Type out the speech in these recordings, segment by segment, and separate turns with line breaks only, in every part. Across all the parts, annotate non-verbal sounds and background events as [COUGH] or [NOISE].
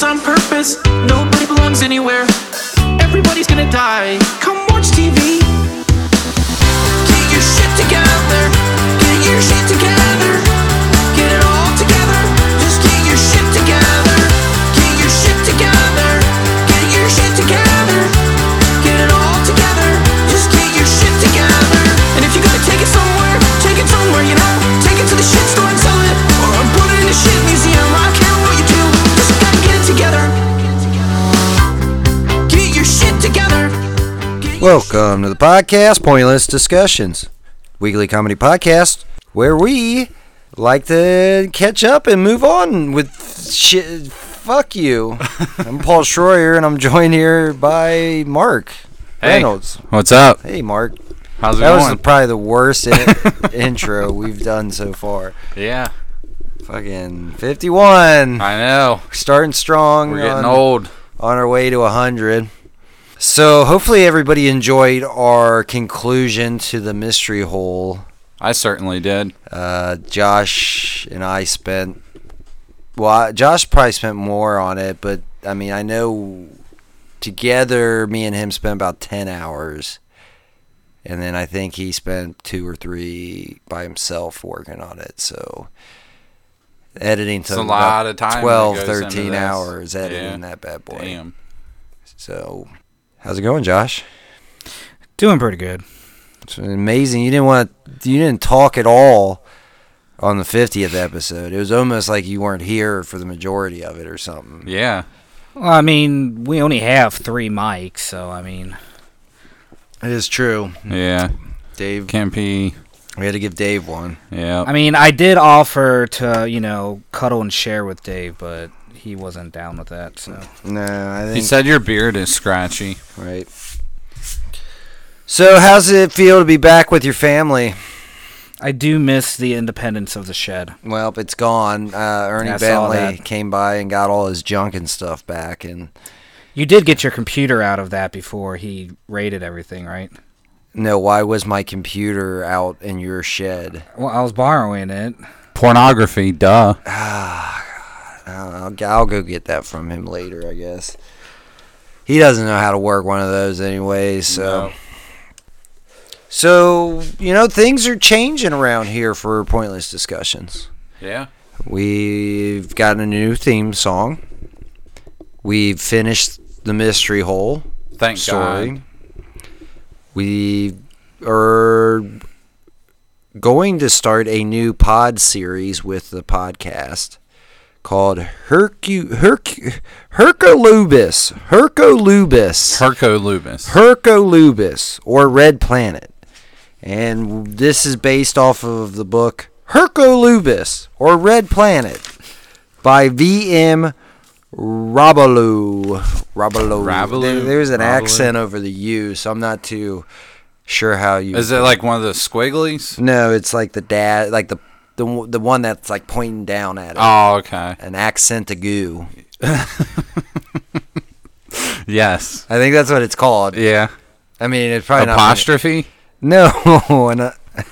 purpose. Nobody belongs anywhere. Everybody's gonna die. Come watch TV. Get your shit together. Get your shit together. Get it all together. Just get your shit together. Get your shit together. Get your shit together. Get it all together. Just get your shit together. And if you gotta take it somewhere, take it somewhere, you know. Take it to the shit store and sell it. Or put it in the shit museum. I don't care what you do. Just gotta get it together. Get your shit together. Get your
Welcome to the podcast, Pointless Discussions, weekly comedy podcast where we like to catch up and move on with shit. Fuck
[LAUGHS]
you. I'm Paul Schroyer, and I'm joined here by Mark
Hey.
Reynolds.
What's up?
Hey, Mark.
How's it
That was
going?
probably the worst
[LAUGHS]
in- intro we've done so far.
yeah,
Fucking 51.
I [LAUGHS] know.
Starting strong.
We're getting
on-
old.
on our way to 100. So hopefully everybody enjoyed our conclusion to the mystery hole.
I certainly did.
Uh, Josh and I spent well, I- Josh probably spent more on it, but I mean, I know together me and him spent about 10 hours. And then I think he spent two or three by himself working on it. So editing
a
took about
lot of time that
12,
goes into
13
this.
hours editing
Yeah.
that bad boy.
Damn.
So, how's it going, Josh?
Doing pretty good.
It's amazing. You didn't want to, you didn't talk at all on the 50th episode. It was almost like you weren't here for the majority of it or something.
Yeah.
Well, I mean, we only have three mics, so I mean,
It is true.
Yeah.
Dave,
Can't be.
we had to give Dave one.
Yeah.
I mean, I did offer to you know cuddle and share with Dave, but he wasn't down with that. So
No, I think
he said your beard is scratchy.
right. So, how's it feel to be back with your family?
I do miss the independence of the shed.
Well, it's gone. Uh, Ernie
I saw
Bentley
that.
came by and got all his junk and stuff back, and
You did get your computer out of that before he raided everything, right?
no, why was my computer out in your shed?
Well, I was borrowing it.
Pornography, duh.
Uh, I'll, I'll go get that from him later, I guess. He doesn't know how to work one of those anyway, so.
No.
So, you know, things are changing around here for pointless discussions.
Yeah.
We've got a new theme song. We've finished the mystery hole
Thank
story.
God.
We are going to start a new pod series with the podcast called Hercu Herc Hercolubus. Hercolubus.
Herco Lubis.
Hercolubus or Red Planet. And this is based off of the book Hercolubus or Red Planet by V.M. Rabaloo. Rabaloo.
Rabaloo?
There- There's an
Rabaloo?
accent over the U, so I'm not too sure how you.
is it like one of the squigglies?
No, it's like the dad, like the the, w- the one that's like pointing down at it.
Oh, okay.
An accent to goo.
Yes.
I think that's what it's called.
Yeah.
I mean, it's probably not.
Apostrophe?
[LAUGHS] No, an, [LAUGHS]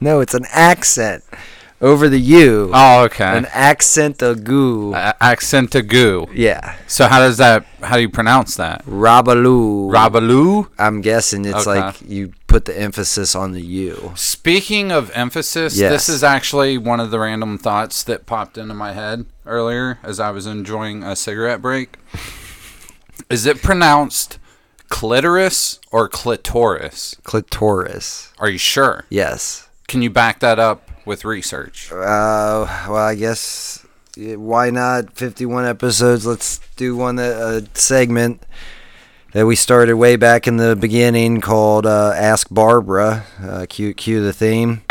no, it's an accent over the U.
Oh, okay. Uh,
An accent of goo.
A- accent to goo.
yeah,
So how does that? How do you pronounce that?
Rabaloo.
Rabaloo?
I'm guessing it's
Okay.
like you put the emphasis on the U.
Speaking of emphasis,
Yes.
this is actually one of the random thoughts that popped into my head earlier as I was enjoying a cigarette break. Is it pronounced clitoris or clitoris?
Clitoris.
Are you sure?
Yes.
Can you back that up with research?
Uh, well, I guess eh, why not? 51 episodes. Let's do one that, uh, segment that we started way back in the beginning called uh, Ask Barbara. Uh, cue, cue the theme.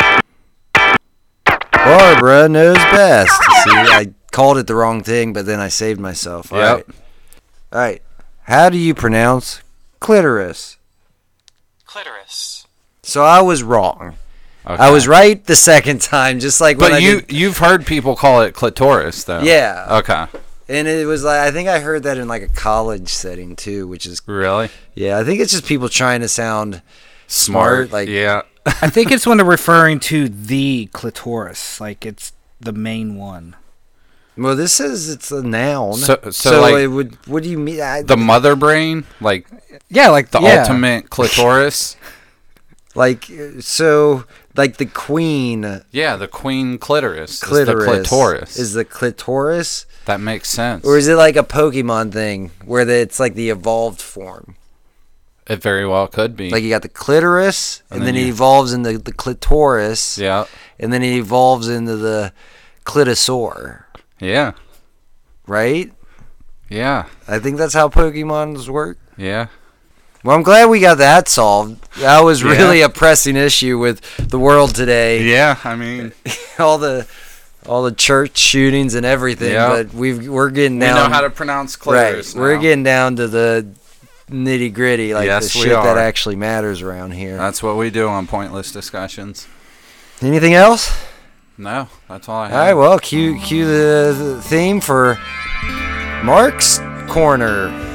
Barbara knows best. See, I called it the wrong thing, but then I saved myself. All right.
Yep.
All right. How do you pronounce clitoris?
clitoris.
So I was wrong.
Okay.
I was right the second time, just like when I
But you
did-
you've heard people call it clitoris though.
Yeah.
Okay.
And it was like I think I heard that in like a college setting too, which is
Really?
yeah. I think it's just people trying to sound
Smart.
Smart, like-
yeah.
I think it's when they're referring to the clitoris, like it's the main one.
Well, this says it's a noun.
So- so, like-
it would. What do you mean? I,
The mother brain, like
Yeah, like
the
[LAUGHS]
ultimate clitoris.
like so like the queen
Yeah, the queen clitoris.
clitoris
Is the clitoris.
is the clitoris,
that makes sense.
or is it like a Pokemon thing where the, it's like the evolved form?
it very well could be.
Like you got the clitoris, and,
And
then,
then
it
you-
evolves into the clitoris,
yeah.
and then it evolves into the clitosaur,
Yeah.
right?
Yeah.
I think that's how Pokemons work.
Yeah.
Well, I'm glad we got that solved. That was
Yeah.
really a pressing issue with the world today.
Yeah, I mean,
[LAUGHS] all the all the church shootings and everything.
Yeah.
But we've we're getting
we
down.
know how to pronounce clitoris.
We're
now.
getting down to the nitty gritty, like
Yes,
the
we
shit that
are. Uh,
actually matters around here.
That's what we do on pointless discussions.
Anything else?
No, that's all I
All right.
have.
Well, cue cue the, the theme for Mark's corner.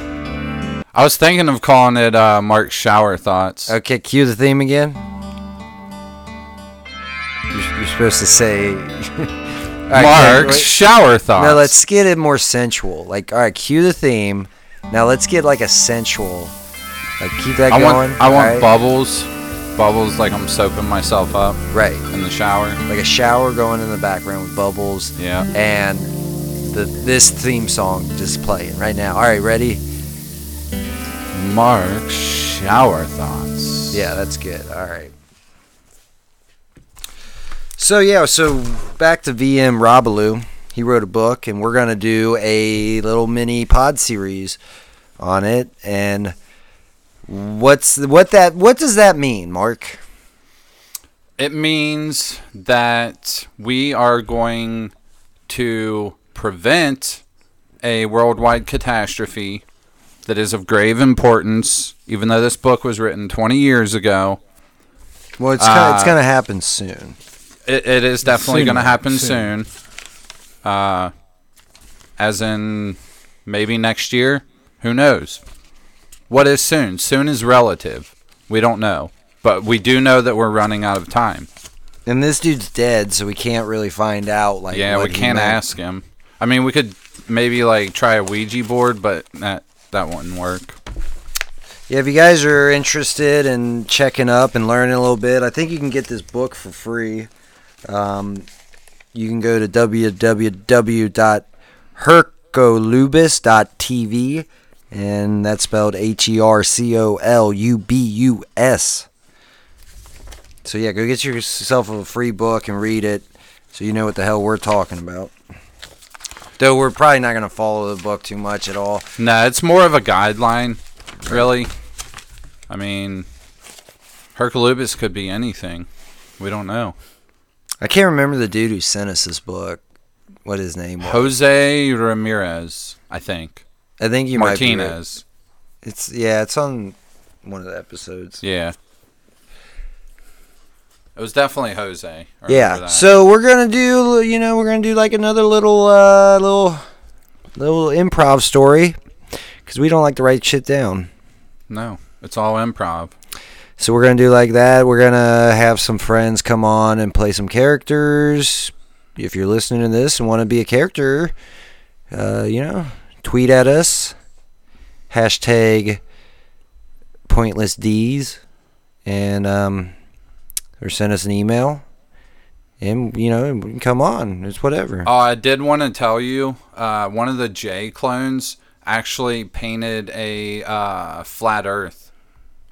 I was thinking of calling it uh, Mark's shower thoughts.
Okay, cue the theme again. You're, you're supposed to say [LAUGHS] All right,
Mark's
wait.
shower thoughts.
Now let's get it more sensual. Like, all right, cue the theme. Now let's get like a sensual. Like, keep that
I
going.
want I want
alright?
bubbles, bubbles like I'm soaping myself up
Right,
in the shower.
like a shower going in the background with bubbles,
Yeah.
and the this theme song just playing right now. All right, ready?
Mark's shower thoughts.
Yeah, that's good. All right. So yeah, so back to VM Robaloo. He wrote a book, and we're gonna do a little mini pod series on it. And what's what that what does that mean, Mark?
It means that we are going to prevent a worldwide catastrophe that is of grave importance, even though this book was written 20 years ago.
Well, it's gonna, it's
Uh,
gonna happen soon.
It, it is definitely
Soon,
going to happen
soon.
soon. Uh, as in maybe next year. Who knows? What is soon? Soon is relative. We don't know. But we do know that we're running out of time.
And this dude's dead, so we can't really find out. Like,
yeah,
what
we
he
can't
meant.
ask him. I mean, we could maybe like try a Ouija board, but that that wouldn't work.
Yeah, if you guys are interested in checking up and learning a little bit, I think you can get this book for free. Um, you can go to www.hercolubus.tv, and that's spelled H E R C O L U B U S. So, yeah, go get yourself a free book and read it so you know what the hell we're talking about. Though we're probably not going to follow the book too much at all.
Nah, it's more of a guideline, really. I mean, Herculubus could be anything. We don't know.
I can't remember the dude who sent us this book. What his name was?
Jose Ramirez, I think.
I think you might be right.
Martinez.
It's yeah, it's on one of the episodes.
Yeah. It was definitely Jose. I remember
Yeah.
that.
So we're gonna do you know we're gonna do like another little uh, little little improv story because we don't like to write shit down.
no, it's all improv.
So we're gonna do like that. We're gonna have some friends come on and play some characters. If you're listening to this and want to be a character, uh, you know, tweet at us. Hashtag pointless D's and um, or send us an email. And you know, and come on, it's whatever.
Oh, I did want to tell you, uh, one of the J clones actually painted a uh, flat Earth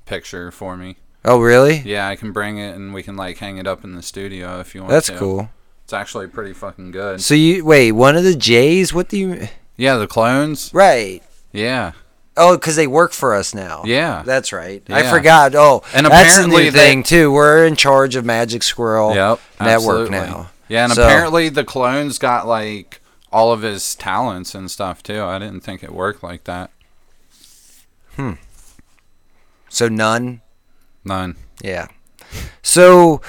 picture for me.
Oh, really?
Yeah, I can bring it and we can like hang it up in the studio if you want.
That's
to.
cool.
It's actually pretty fucking good.
So you wait, one of the J's? What do you?
Yeah, the clones.
Right.
Yeah,
Oh, because they work for us now.
yeah,
That's right. I
Yeah.
forgot. Oh, and
And
that's the
apparently
new
that-
thing too. We're in charge of Magic Squirrel
yep.
Network
absolutely.
now.
Yeah, and
So-
apparently the clones got like all of his talents and stuff too. I didn't think it worked like that.
So none.
None.
Yeah. So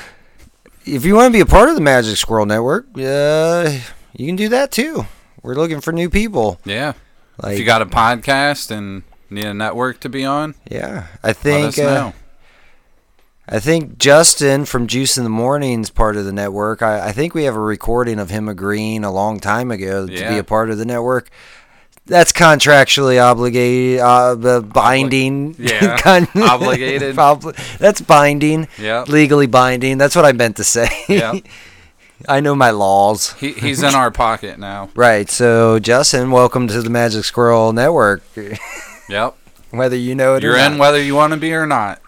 if you want to be a part of the Magic Squirrel Network, uh, you can do that too. We're looking for new people.
Yeah.
Like,
if you got a podcast and need a network to be on,
yeah, I
let
think
us know.
uh, I think Justin from Juice in the Morning's part of the network. I, I think we have a recording of him agreeing a long time ago to be
Yeah.
a part of the network. That's contractually obligated, uh, the binding. [LAUGHS]
yeah.
Con- [LAUGHS]
Obligated.
Obli- that's binding.
Yep.
Legally binding. That's what I meant to say. [LAUGHS]
Yeah.
I know my laws.
He, he's in our pocket now.
Right. So, Justin, welcome to the Magic Squirrel Network. [LAUGHS]
Yep.
Whether you know it
You're
or
in
not.
whether you want to be or not.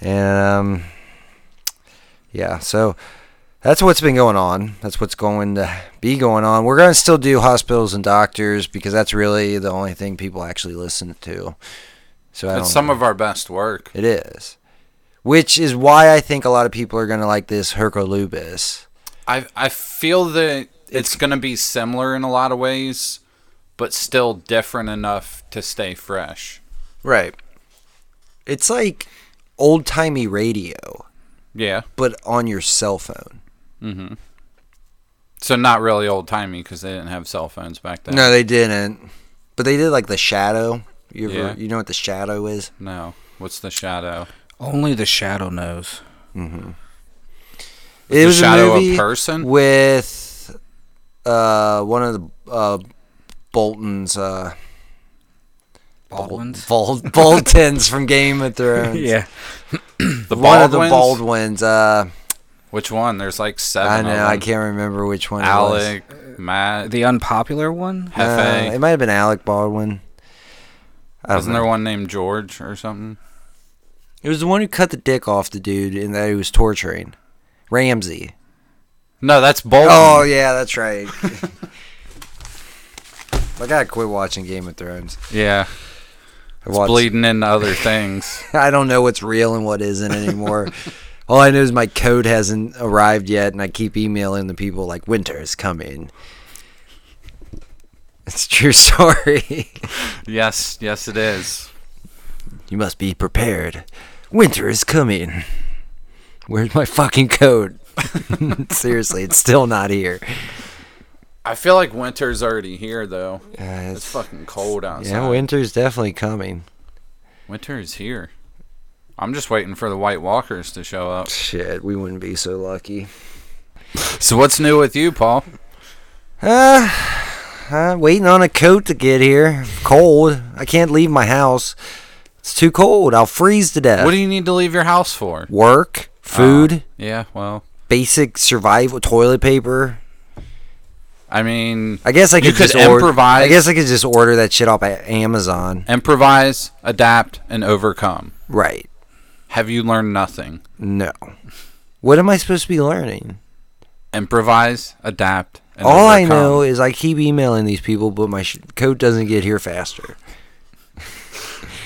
And um, yeah, so that's what's been going on. That's what's going to be going on. We're going to still do hospitals and doctors because that's really the only thing people actually listen to. So I don't
It's some
know.
of our best work.
it is, which is why I think a lot of people are going to like this Herco Lubis.
I I feel that it's going to be similar in a lot of ways, but still different enough to stay fresh.
Right. It's like old timey radio,
Yeah.
but on your cell phone.
So not really old timey because they didn't have cell phones back then.
No, they didn't, but they did like the shadow. You ever,
Yeah.
you know what the shadow is?
No. What's the shadow?
Only the shadow knows.
It
The
was
shadow
a
of
movie
person?
with uh, one of the uh, Boltons, uh,
Baldwin's?
Bol- Boltons from Game of
[LAUGHS]
Thrones.
yeah.
The
one of the
Baldwins?
Baldwins. Uh,
Which one? There's like seven.
I
of
know, I
them.
can't remember which one. it,
Alec, Matt,
The unpopular one?
was. Uh,
Hefe.
it might have been Alec Baldwin. I don't
Wasn't there
know.
one named George or something?
It was the one who cut the dick off the dude and that he was torturing, Ramsey.
No, that's Bolton.
Oh yeah, that's
[LAUGHS]
right. I gotta quit watching Game of Thrones.
yeah.
I
It's bleeding into other things.
I don't know what's real and what isn't [LAUGHS] anymore. All I know is my code hasn't arrived yet, and I keep emailing the people like winter is coming. It's a true [LAUGHS] story.
yes, yes, it is.
you must be prepared. Winter is coming. Where's my fucking code? [LAUGHS] Seriously, it's still not here.
I feel like winter's already here though.
Uh,
It's
it's,
fucking cold outside.
yeah, winter's definitely coming.
Winter is here. I'm just waiting for the White Walkers to show up.
Shit, we wouldn't be so lucky.
So what's new with you, Paul?
Uh, uh, waiting on a coat to get here. Cold. I can't leave my house. It's too cold. I'll freeze to death.
What do Uh. you need to leave your house for?
Work, food,
Yeah, well,
basic survival, toilet paper.
I mean,
I guess I
You
could,
could
just order-
improvise.
I guess I could just order that shit off at Amazon.
improvise, adapt, and overcome.
Right.
Have you learned nothing?
No. What am I supposed to be learning?
Improvise, adapt, and
All I
overcome.
know is I keep emailing these people, but my sh- coat doesn't get here faster.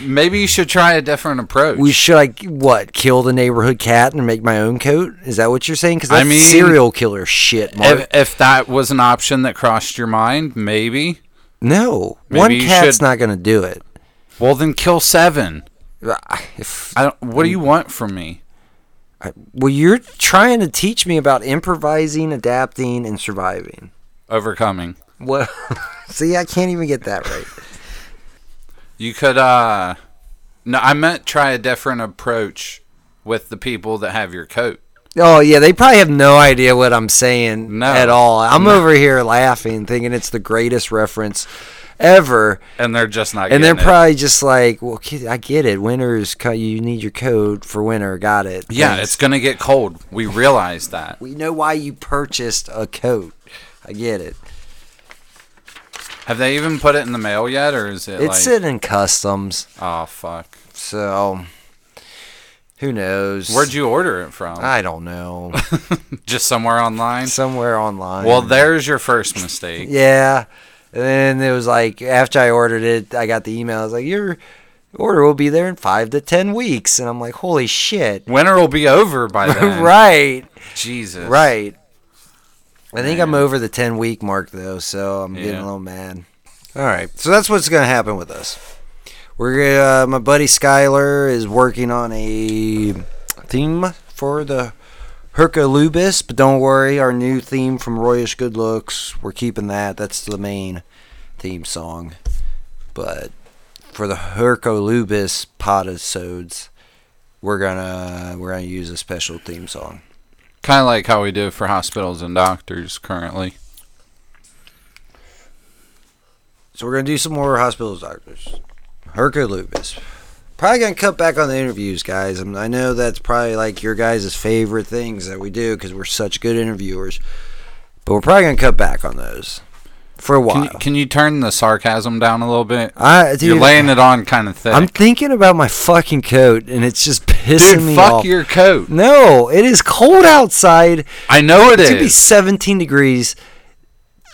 Maybe you should try a different approach.
We should I what kill the neighborhood cat and make my own coat? Is that what you're saying? Because
I
that's
mean,
serial killer shit. Mark.
if, if that was an option that crossed your mind, maybe.
No,
Maybe
one
you
cat's
should-
not going to do it. [SIGHS]
Well, then kill seven.
Ah, If,
I don't. What do you want from me?
I, well, you're trying to teach me about improvising, adapting, and surviving.
Overcoming.
Well, [LAUGHS] see, I can't even get that
[LAUGHS]
right.
You could. uh No, I meant try a different approach with the people that have your coat.
Oh yeah, they probably have no idea what I'm saying
No.
at all. I'm over here laughing, thinking it's the greatest reference ever,
And they're just not.
and they're
getting it.
probably just like, "Well, kid, I get it. Winter is co- you need your coat for winter. Got it.
Yeah,
Thanks.
it's gonna get cold. We realize that.
we know why you purchased a coat. I get it.
Have they even put it in the mail yet, or is it
It's
like?
sitting in customs.
oh fuck!
So who knows?
Where'd you order it from?
I don't
[LAUGHS]
know.
just somewhere online.
Somewhere online.
Well, there's your first mistake.
Yeah. And then it was like after I ordered it, I got the email. I was like, "Your order will be there in five to ten weeks," and I'm like, "Holy shit!"
Winter will be over [LAUGHS] by
[LAUGHS]
then.
right,
Jesus.
right. I think I'm
Man.
over the ten week mark though, so I'm getting
Yeah.
a little mad. All right, so that's what's gonna happen with us. We're gonna- uh, my buddy Skyler is working on a theme for the Herculubis, but don't worry, our new theme from Royish Good Looks, we're keeping that. That's the main theme song. But for the Herculubis podosodes, we're gonna we're gonna use a special theme song.
Kind of like how we do for hospitals and doctors currently.
So we're gonna do some more hospitals doctors. Herco lupus. Probably gonna cut back on the interviews, guys. I, mean, I know that's probably like your guys' favorite things that we do because we're such good interviewers. But we're probably gonna cut back on those for a
Can
while.
you, can you turn the sarcasm down a little bit?
I, dude,
You're laying it on kind of thick.
I'm thinking about my fucking coat, and it's just pissing
Dude,
me
fuck
off.
your coat.
no, it is cold outside.
I know it
It's gonna be
is.
17 degrees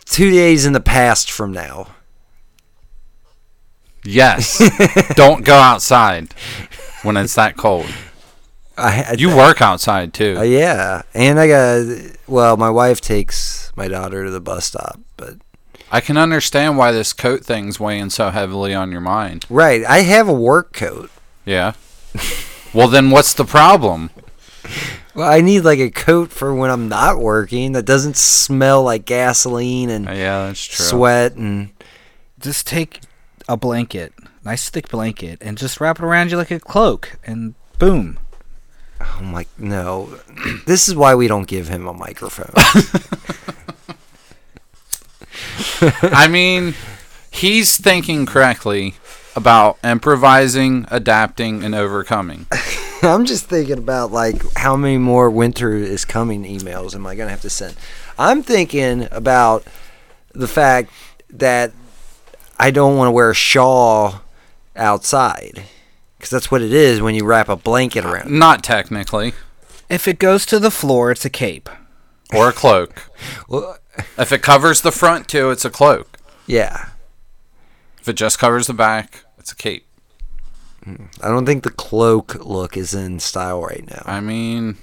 two days in the past from now.
[LAUGHS] Yes. Don't go outside when it's that cold.
I, I-
You work outside too.
Uh, yeah, and I got well. My wife takes my daughter to the bus stop, but
I can understand why this coat thing's weighing so heavily on your mind.
right, I have a work coat.
Yeah. well, then what's the problem?
Well, I need like a coat for when I'm not working that doesn't smell like gasoline and
Uh, Yeah, that's true.
sweat and
Just take a blanket, nice thick blanket, and just wrap it around you like a cloak, and boom.
I'm like, no, [CLEARS THROAT] this is why we don't give him a microphone.
I mean, he's thinking correctly about improvising, adapting, and overcoming.
[LAUGHS] I'm just thinking about like how many more winter is coming emails am I gonna have to send? I'm thinking about the fact that I don't want to wear a shawl outside because that's what it is when you wrap a blanket around.
Not technically,
If it goes to the floor, it's a cape.
or a cloak.
Well,
If it covers the front too, it's a cloak.
yeah,
If it just covers the back, it's a cape.
I don't think the cloak look is in style right now.
I mean,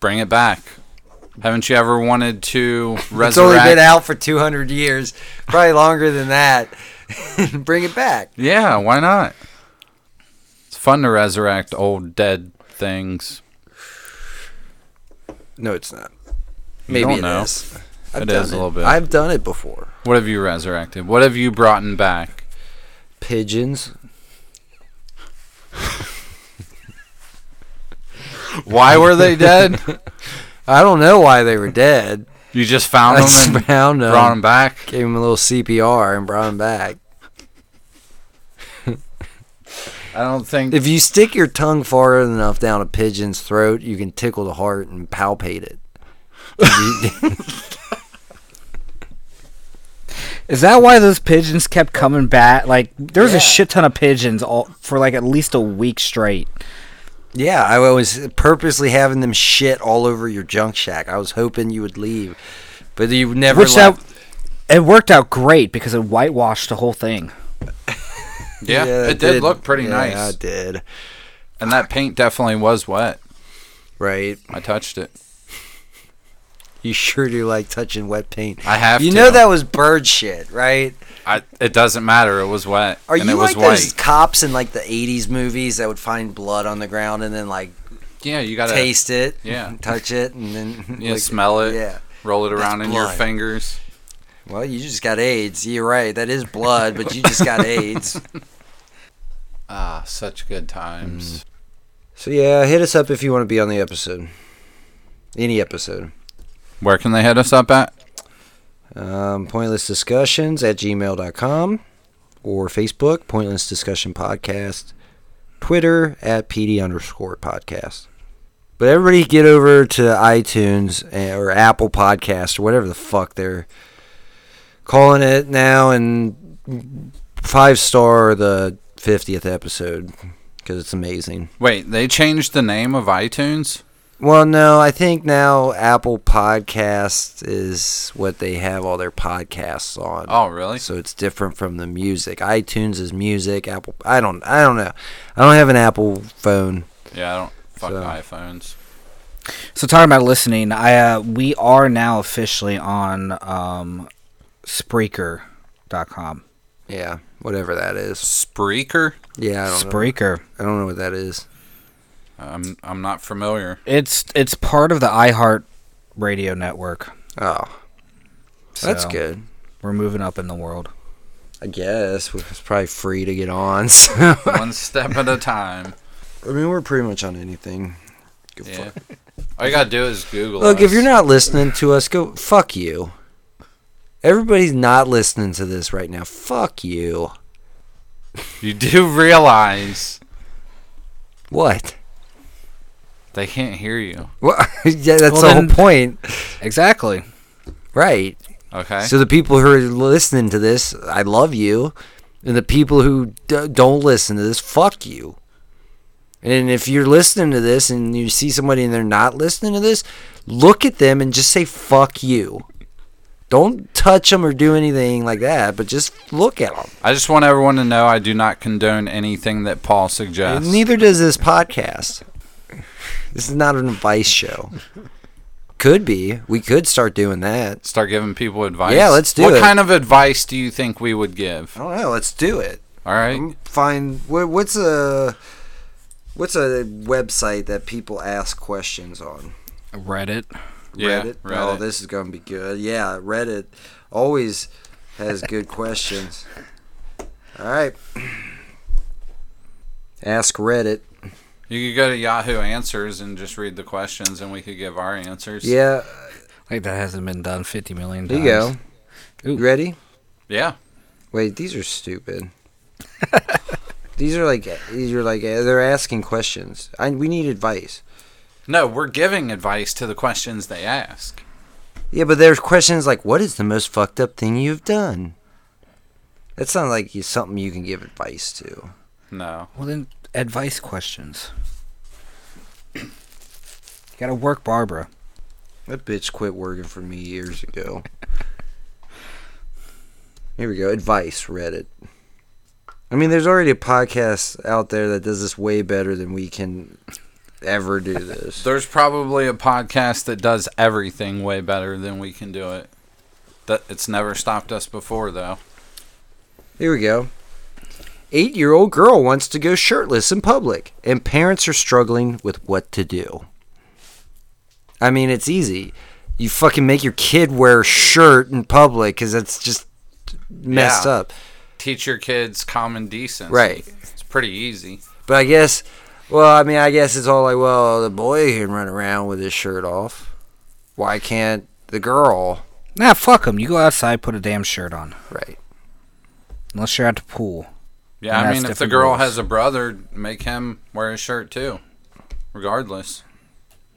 bring it back. Haven't you ever wanted to resurrect?
[LAUGHS] It's only been out for 200 years, probably longer than that. [LAUGHS] Bring it back.
Yeah, why not? It's fun to resurrect old dead things.
No, it's not.
You
Maybe
don't
it
know.
is. I've
It
done
is a little bit.
I've done it before.
What have you resurrected? What have you brought in back?
Pigeons.
Why
[LAUGHS]
were they dead?
I don't know why they were dead.
you just
I
found
just
them and
found them,
brought them back.
gave them a little CPR, and brought them back.
I don't think.
If you stick your tongue far enough down a pigeon's throat, you can tickle the heart and palpate it.
Is that why those pigeons kept coming back? Like there was
Yeah.
a shit ton of pigeons all for like at least a week straight.
[LAUGHS] Yeah, I was purposely having them shit all over your junk shack. I was hoping you would leave, but you never
Which that
left.
it worked out great because it whitewashed the whole thing.
yeah, it, did, look pretty
yeah,
nice.
It did.
And that paint definitely was wet.
Right.
I touched it.
You sure do like touching wet paint.
I have
You
to.
know that was bird shit, right?
I, it doesn't matter. It was wet.
Are
and
you
it
like
was white.
those cops in like the '80s movies that would find blood on the ground and then like
Yeah, you gotta
taste it,
yeah.
[LAUGHS] touch it, and then [LAUGHS]
Yeah,
like-
smell it.
Yeah.
roll it around in your
blood.
fingers.
Well, you just got AIDS. You're right. That is blood, but you just got
[LAUGHS]
AIDS.
Ah, such good times.
So yeah, hit us up if you want to be on the episode. Any episode.
Where can they hit us up at?
Um, pointless discussions at gmail.com or Facebook, pointless discussion podcast, Twitter at PD underscore podcast. But everybody get over to iTunes eh, or Apple Podcast or whatever the fuck they're calling it now and five star the 50th episode because it's amazing.
Wait, they changed the name of iTunes?
Well, no, I think now Apple Podcast is what they have all their podcasts on.
Oh, really?
So it's different from the music. iTunes is music. Apple. I don't. I don't know. I don't have an Apple phone.
Yeah, I don't fuck
So-
iPhones.
So talking about listening, I uh, we are now officially on um, Spreaker.com.
Yeah, whatever that is.
Spreaker?
Yeah, I don't know.
Spreaker.
I don't know what that is.
I'm I'm not [LAUGHS] familiar.
It's it's part of the iHeart Radio network.
Oh, that's
So,
good.
We're moving up in the world.
I guess it's probably free to get on. [LAUGHS] So.
One step at a time.
I mean, we're pretty much on anything. Give a
Yeah.
fuck.
All you gotta do is Google.
Look, if
us.
you're not listening to us, go fuck you. Everybody's not listening to this right now. Fuck you.
you do realize
What?
they can't hear you.
Well, [LAUGHS] yeah, that's
Well,
the
then-
whole point,
Exactly.
right?
Okay.
So the people who are listening to this, I love you, and the people who d- don't listen to this, fuck you. And if you're listening to this and you see somebody and they're not listening to this, look at them and just say fuck you. Don't touch them or do anything like that, but just look at them.
I just want everyone to know I do not condone anything that Paul suggests.
Neither does this podcast. This is not an advice show. Could be. We could start doing that.
Start giving people advice.
Yeah, let's do
What
it.
kind of advice do you think we would
I
give?
don't know. Let's do it.
All right.
Find wha- what's a what's a website that people ask questions on?
Reddit.
Yeah,
Reddit. Oh,
Reddit.
this is gonna be good. Yeah, Reddit always has good questions. All right. Ask Reddit.
You could go to Yahoo Answers and just read the questions, and we could give our answers.
Yeah,
Like that hasn't been done 50 million
there
times.
you go.
Ooh.
You ready?
Yeah.
Wait, these are [LAUGHS] stupid. these are like these are like they're asking questions. I we need advice.
No, we're giving advice to the questions they ask.
Yeah, but there's questions like what is the most fucked up thing you've done? That sounds like you, something you can give advice to.
No.
Well, then advice questions. You gotta work Barbara.
That bitch quit working for me years ago. Here we go. Advice Reddit. I mean, there's already a podcast out there that does this way better than we can ever do this.
There's probably a podcast that does everything way better than we can do it. That it's never stopped us before though.
Here we go. Eight year old girl wants to go shirtless in public, and parents are struggling with what to do. I mean, it's easy. You fucking make your kid wear a shirt in public because that's just messed
Yeah.
up.
Teach your kids common decency.
Right.
It's pretty easy.
But I guess, well, I mean, I guess it's all like, well, the boy can run around with his shirt off. Why can't the girl?
Nah, fuck them. You go outside, put a damn shirt on.
Right.
Unless you're at the pool.
Yeah,
And
I
that's
mean if the
different
girl
rules.
has a brother, make him wear a shirt too. Regardless.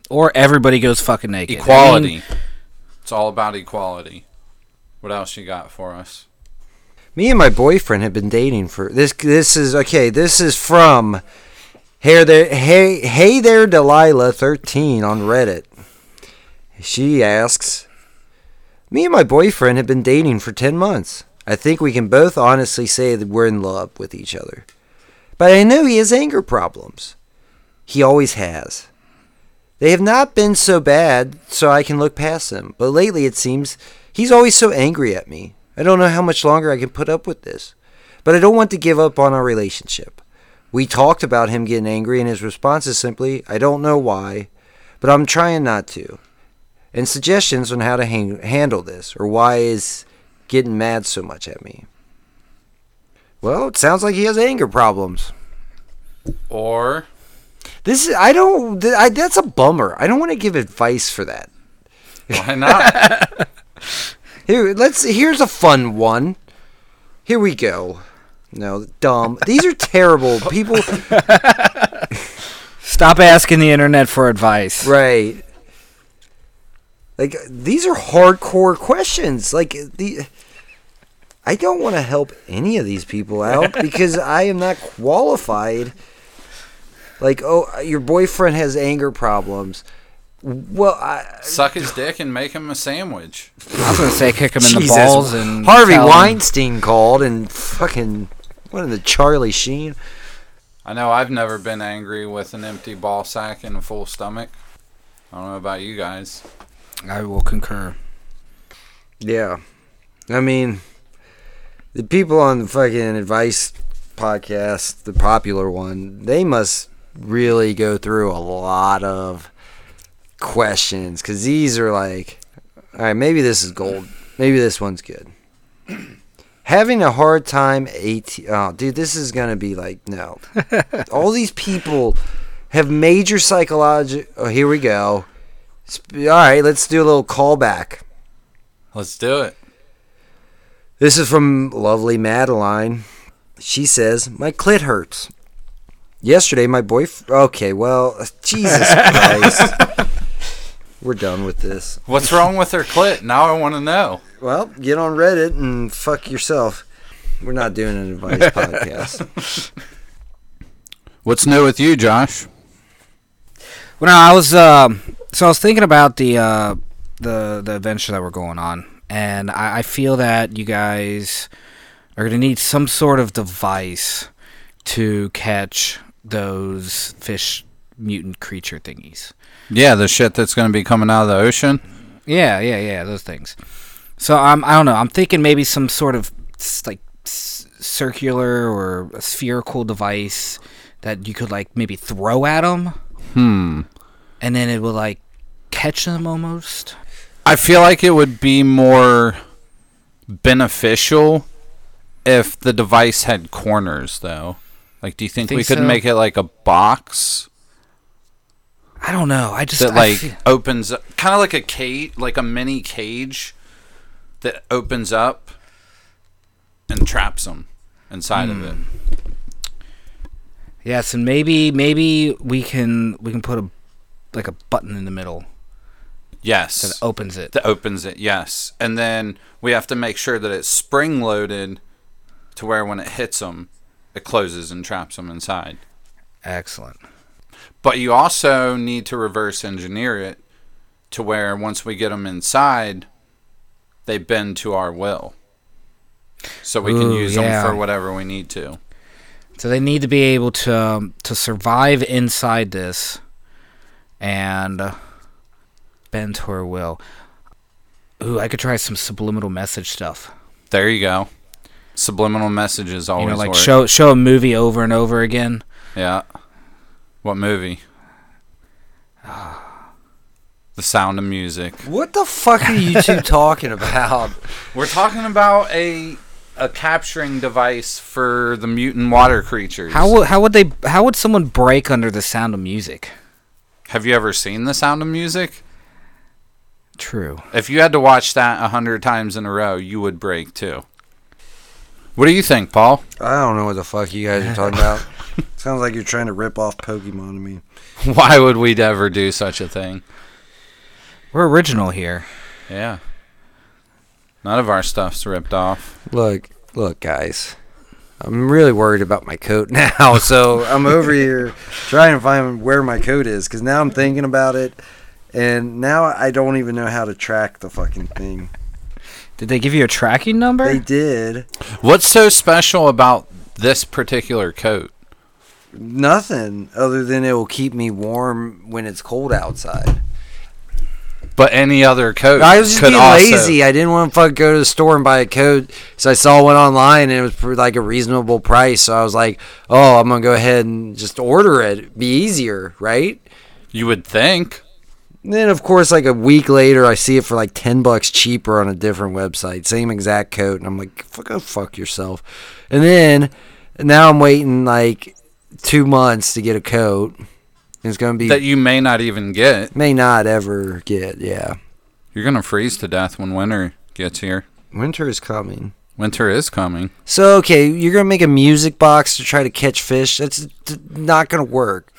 Or everybody goes fucking naked. I
Equality.
mean,
it's all about equality. What else you got for us?
Me and my boyfriend have been dating for this. This is okay. This is from hey there, hey hey there, Delilah thirteen on Reddit. She asks, "Me and my boyfriend have been dating for ten months. I think we can both honestly say that we're in love with each other. But I know he has anger problems. He always has. They have not been so bad, so I can look past them. But lately, it seems he's always so angry at me. I don't know how much longer I can put up with this. But I don't want to give up on our relationship. We talked about him getting angry, and his response is simply, I don't know why, but I'm trying not to. And suggestions on how to hang- handle this, or why is getting mad so much at me. Well, it sounds like he has anger problems.
Or
This is, I don't, th- I, that's a bummer. I don't want to give advice for that.
[LAUGHS] why not?
Here, let's. Here's a fun one. Here we go. No, dumb. These are
[LAUGHS]
terrible people.
Stop asking the internet for advice.
Right. Like these are hardcore questions. Like the. I don't want to help any of these people
[LAUGHS]
out because I am not qualified. Like, oh, your boyfriend has anger problems. Well, I,
Suck his dick and make him a sandwich.
I was gonna say kick him in the
[LAUGHS] Jesus.
balls and
Harvey
tell him-
Weinstein called and fucking what in the Charlie Sheen?
I know I've never been angry with an empty ball sack and a full stomach. I don't know about you guys.
I will concur.
Yeah. I mean, the people on the fucking advice podcast, the popular one, they must really go through a lot of questions because these are like, all right, maybe this is gold. Maybe this one's good. [CLEARS THROAT] having a hard time 18 oh dude this is gonna be like no all these people have major psychological oh here we go Sp- all right let's do a little callback
Let's do it.
this is from lovely madeline she says my clit hurts yesterday my boyfriend okay well jesus christ we're done with this
What's wrong with her clit? Now I want to know.
Well, get on Reddit and fuck yourself. We're not doing an advice podcast.
What's new with you, Josh?
Well, no, I was um, so I was thinking about the uh, the the adventure that we're going on, and I, I feel that you guys are gonna need some sort of device to catch those fish mutant creature thingies.
Yeah, the shit that's going to be coming out of the ocean.
Yeah, yeah, yeah, those things. So I'm I don't know. I'm thinking maybe some sort of s- like s- circular or a spherical device that you could like maybe throw at them,
Hmm.
and then it would like catch them almost.
I feel like it would be more beneficial if the device had corners, though. Like, do you think,
Think
we could
so?
make it like a box
I don't know. I just
that,
I
like,
feel-
opens up, kind of like a cage, like a mini cage that opens up and traps them inside of it?
Hmm. yes, and maybe maybe we can we can put a like a button in the middle
Yes.
that opens it.
that opens it yes and then we have to make sure that it's spring loaded to where when it hits them it closes and traps them inside
Excellent.
but you also need to reverse engineer it to where once we get them inside they bend to our will so we can
Ooh,
use
yeah.
them for whatever we need to
So they need to be able to um, to survive inside this and uh, bend to her will. Ooh, I could try some subliminal message stuff.
there you go subliminal messages always
You know, like
work
show show a movie over and over again.
yeah what movie [SIGHS] the sound of music
What the fuck are you two talking about?
We're talking about a a capturing device for the mutant water creatures.
How would how would they how would someone break under the sound of music?
have you ever seen The Sound of Music?
True.
If you had to watch that a hundred times in a row, you would break too. What do you think, Paul? [LAUGHS]
I don't know what the fuck you guys are talking about. Sounds like you're trying to rip off Pokemon to me.
Why would we ever do such a thing?
We're original here.
Yeah. None of our stuff's ripped off.
Look, look, guys. I'm really worried about my coat [LAUGHS] now, so I'm over here trying to find where my coat is because now I'm thinking about it, and now I don't even know how to track the fucking thing.
Did they give you a tracking number?
They did
What's so special about this particular coat?
nothing other than it will keep me warm when it's cold outside.
But any other coat
I was just
could
being
also-
lazy. I didn't want to fuck go to the store and buy a coat, so I saw one online and it was for like a reasonable price. So I was like, "Oh, I'm gonna go ahead and just order it. It'd Be easier, right?"
You would think.
And then, of course, like a week later, I see it for like ten bucks cheaper on a different website, same exact coat, and I'm like, "Fuck, go fuck yourself." And then now I'm waiting like two months to get a coat. It's gonna be
That you may not even get.
may not ever get. Yeah,
You're gonna freeze to death when winter gets here.
winter is coming.
Winter is coming.
So okay, you're gonna make a music box to try to catch fish. That's d- not gonna work.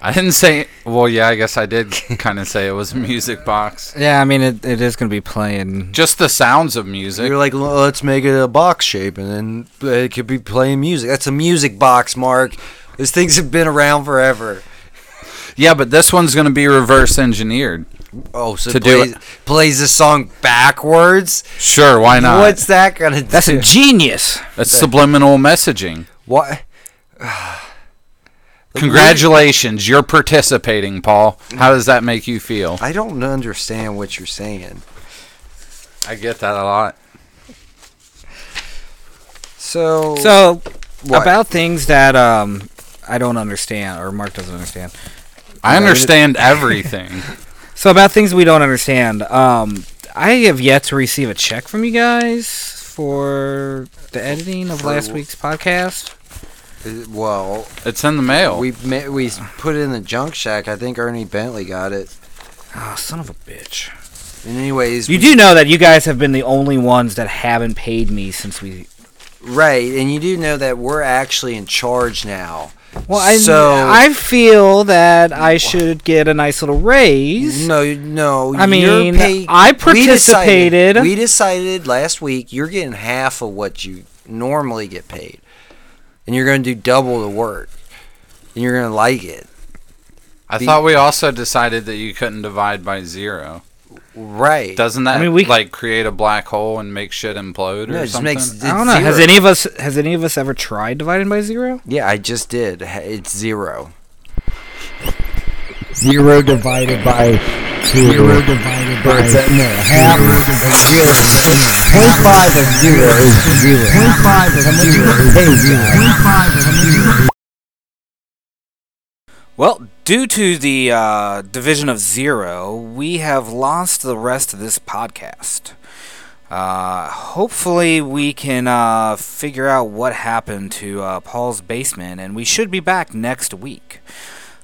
I didn't say. Well, yeah, I guess
[LAUGHS]
I did kind of say it was a music box.
yeah, I mean it, it is gonna be playing.
Just the sounds of music.
You're like, "Well, let's make it a box shape, and then uh, it could be playing music. That's a music box, Mark. These things have been around forever.
Yeah, but this one's gonna be reverse engineered.
Oh, so
To
it plays,
do
plays the song backwards.
Sure, why not?
What's that gonna?
That's
do?
ingenious.
That's subliminal messaging.
what?
Congratulations, you're participating, Paul. How does that make you feel?
I don't understand what you're saying.
I get that a lot.
So,
So,
What?
about things that um, I don't understand, or Mark doesn't understand.
I understand
[LAUGHS]
everything.
So, about things we don't understand. Um, I have yet to receive a check from you guys for the editing of
For-
last week's podcast?
Uh, Well,
It's in the mail.
we ma- we s- put it in the junk shack. I think Ernie Bentley got it.
Ah, son of a bitch.
And anyways,
You
we-
do know that you guys have been the only ones that haven't paid me since we.
right, and you do know that we're actually in charge now.
Well, I,
So-
I feel that I should get a nice little raise.
No, you- no.
I
you're
mean,
paid- we
I
decided-
participated.
We decided, last week you're getting half of what you normally get paid, and you're going to do double the work, and you're going to like it.
I
the-
thought we also decided that you couldn't divide by zero.
Right.
Doesn't that
I mean, we-
like create a black hole and make shit implode or
no, it just
something?
makes.
I don't know. Has any of us has any of us ever tried dividing by zero?
Yeah, I just did. Ha- It's zero.
Zero divided by two. Zero divided by no. Half of zero. Point five of zero is zero. Point five of zero is zero. Point five of zero.
Well, due to the uh, division of zero, we have lost the rest of this podcast. Uh, hopefully, we can uh, figure out what happened to uh, Paul's basement, and we should be back next week.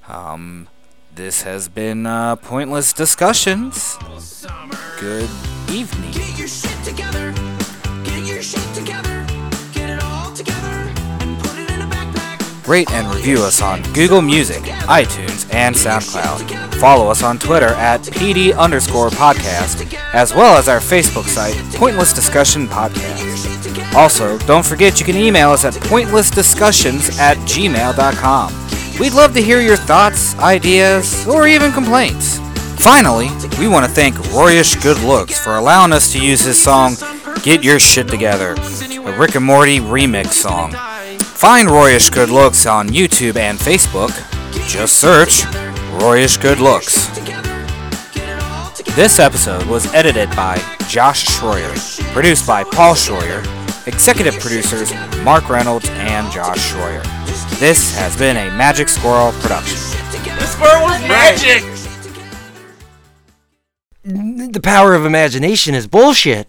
Um, this has been uh, Pointless Discussions. Good evening.
Get your shit together. Get your shit together. Get it all together and put it in a backpack.
Rate and review us on Google Music, iTunes, and SoundCloud. Follow us on Twitter at PD underscore podcast, as well as our Facebook site, Pointless Discussion Podcast.
Shit together.
Also, don't forget you can email us at pointlessdiscussions at gmail.com. We'd love to hear your thoughts, ideas, or even complaints. Finally, we want to thank Royish Good Looks for allowing us to use his song Get Your Shit Together, a Rick and Morty remix song. Find Royish Good Looks on YouTube and Facebook. Just search Royish Good Looks. This episode was edited by Josh Schroyer, produced by Paul Schroyer, executive producers Mark Reynolds and Josh Schroyer. This has been a Magic Squirrel production.
The power of imagination is bullshit.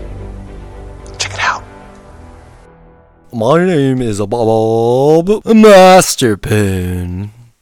Check it out.
My name is Bob Masterpin.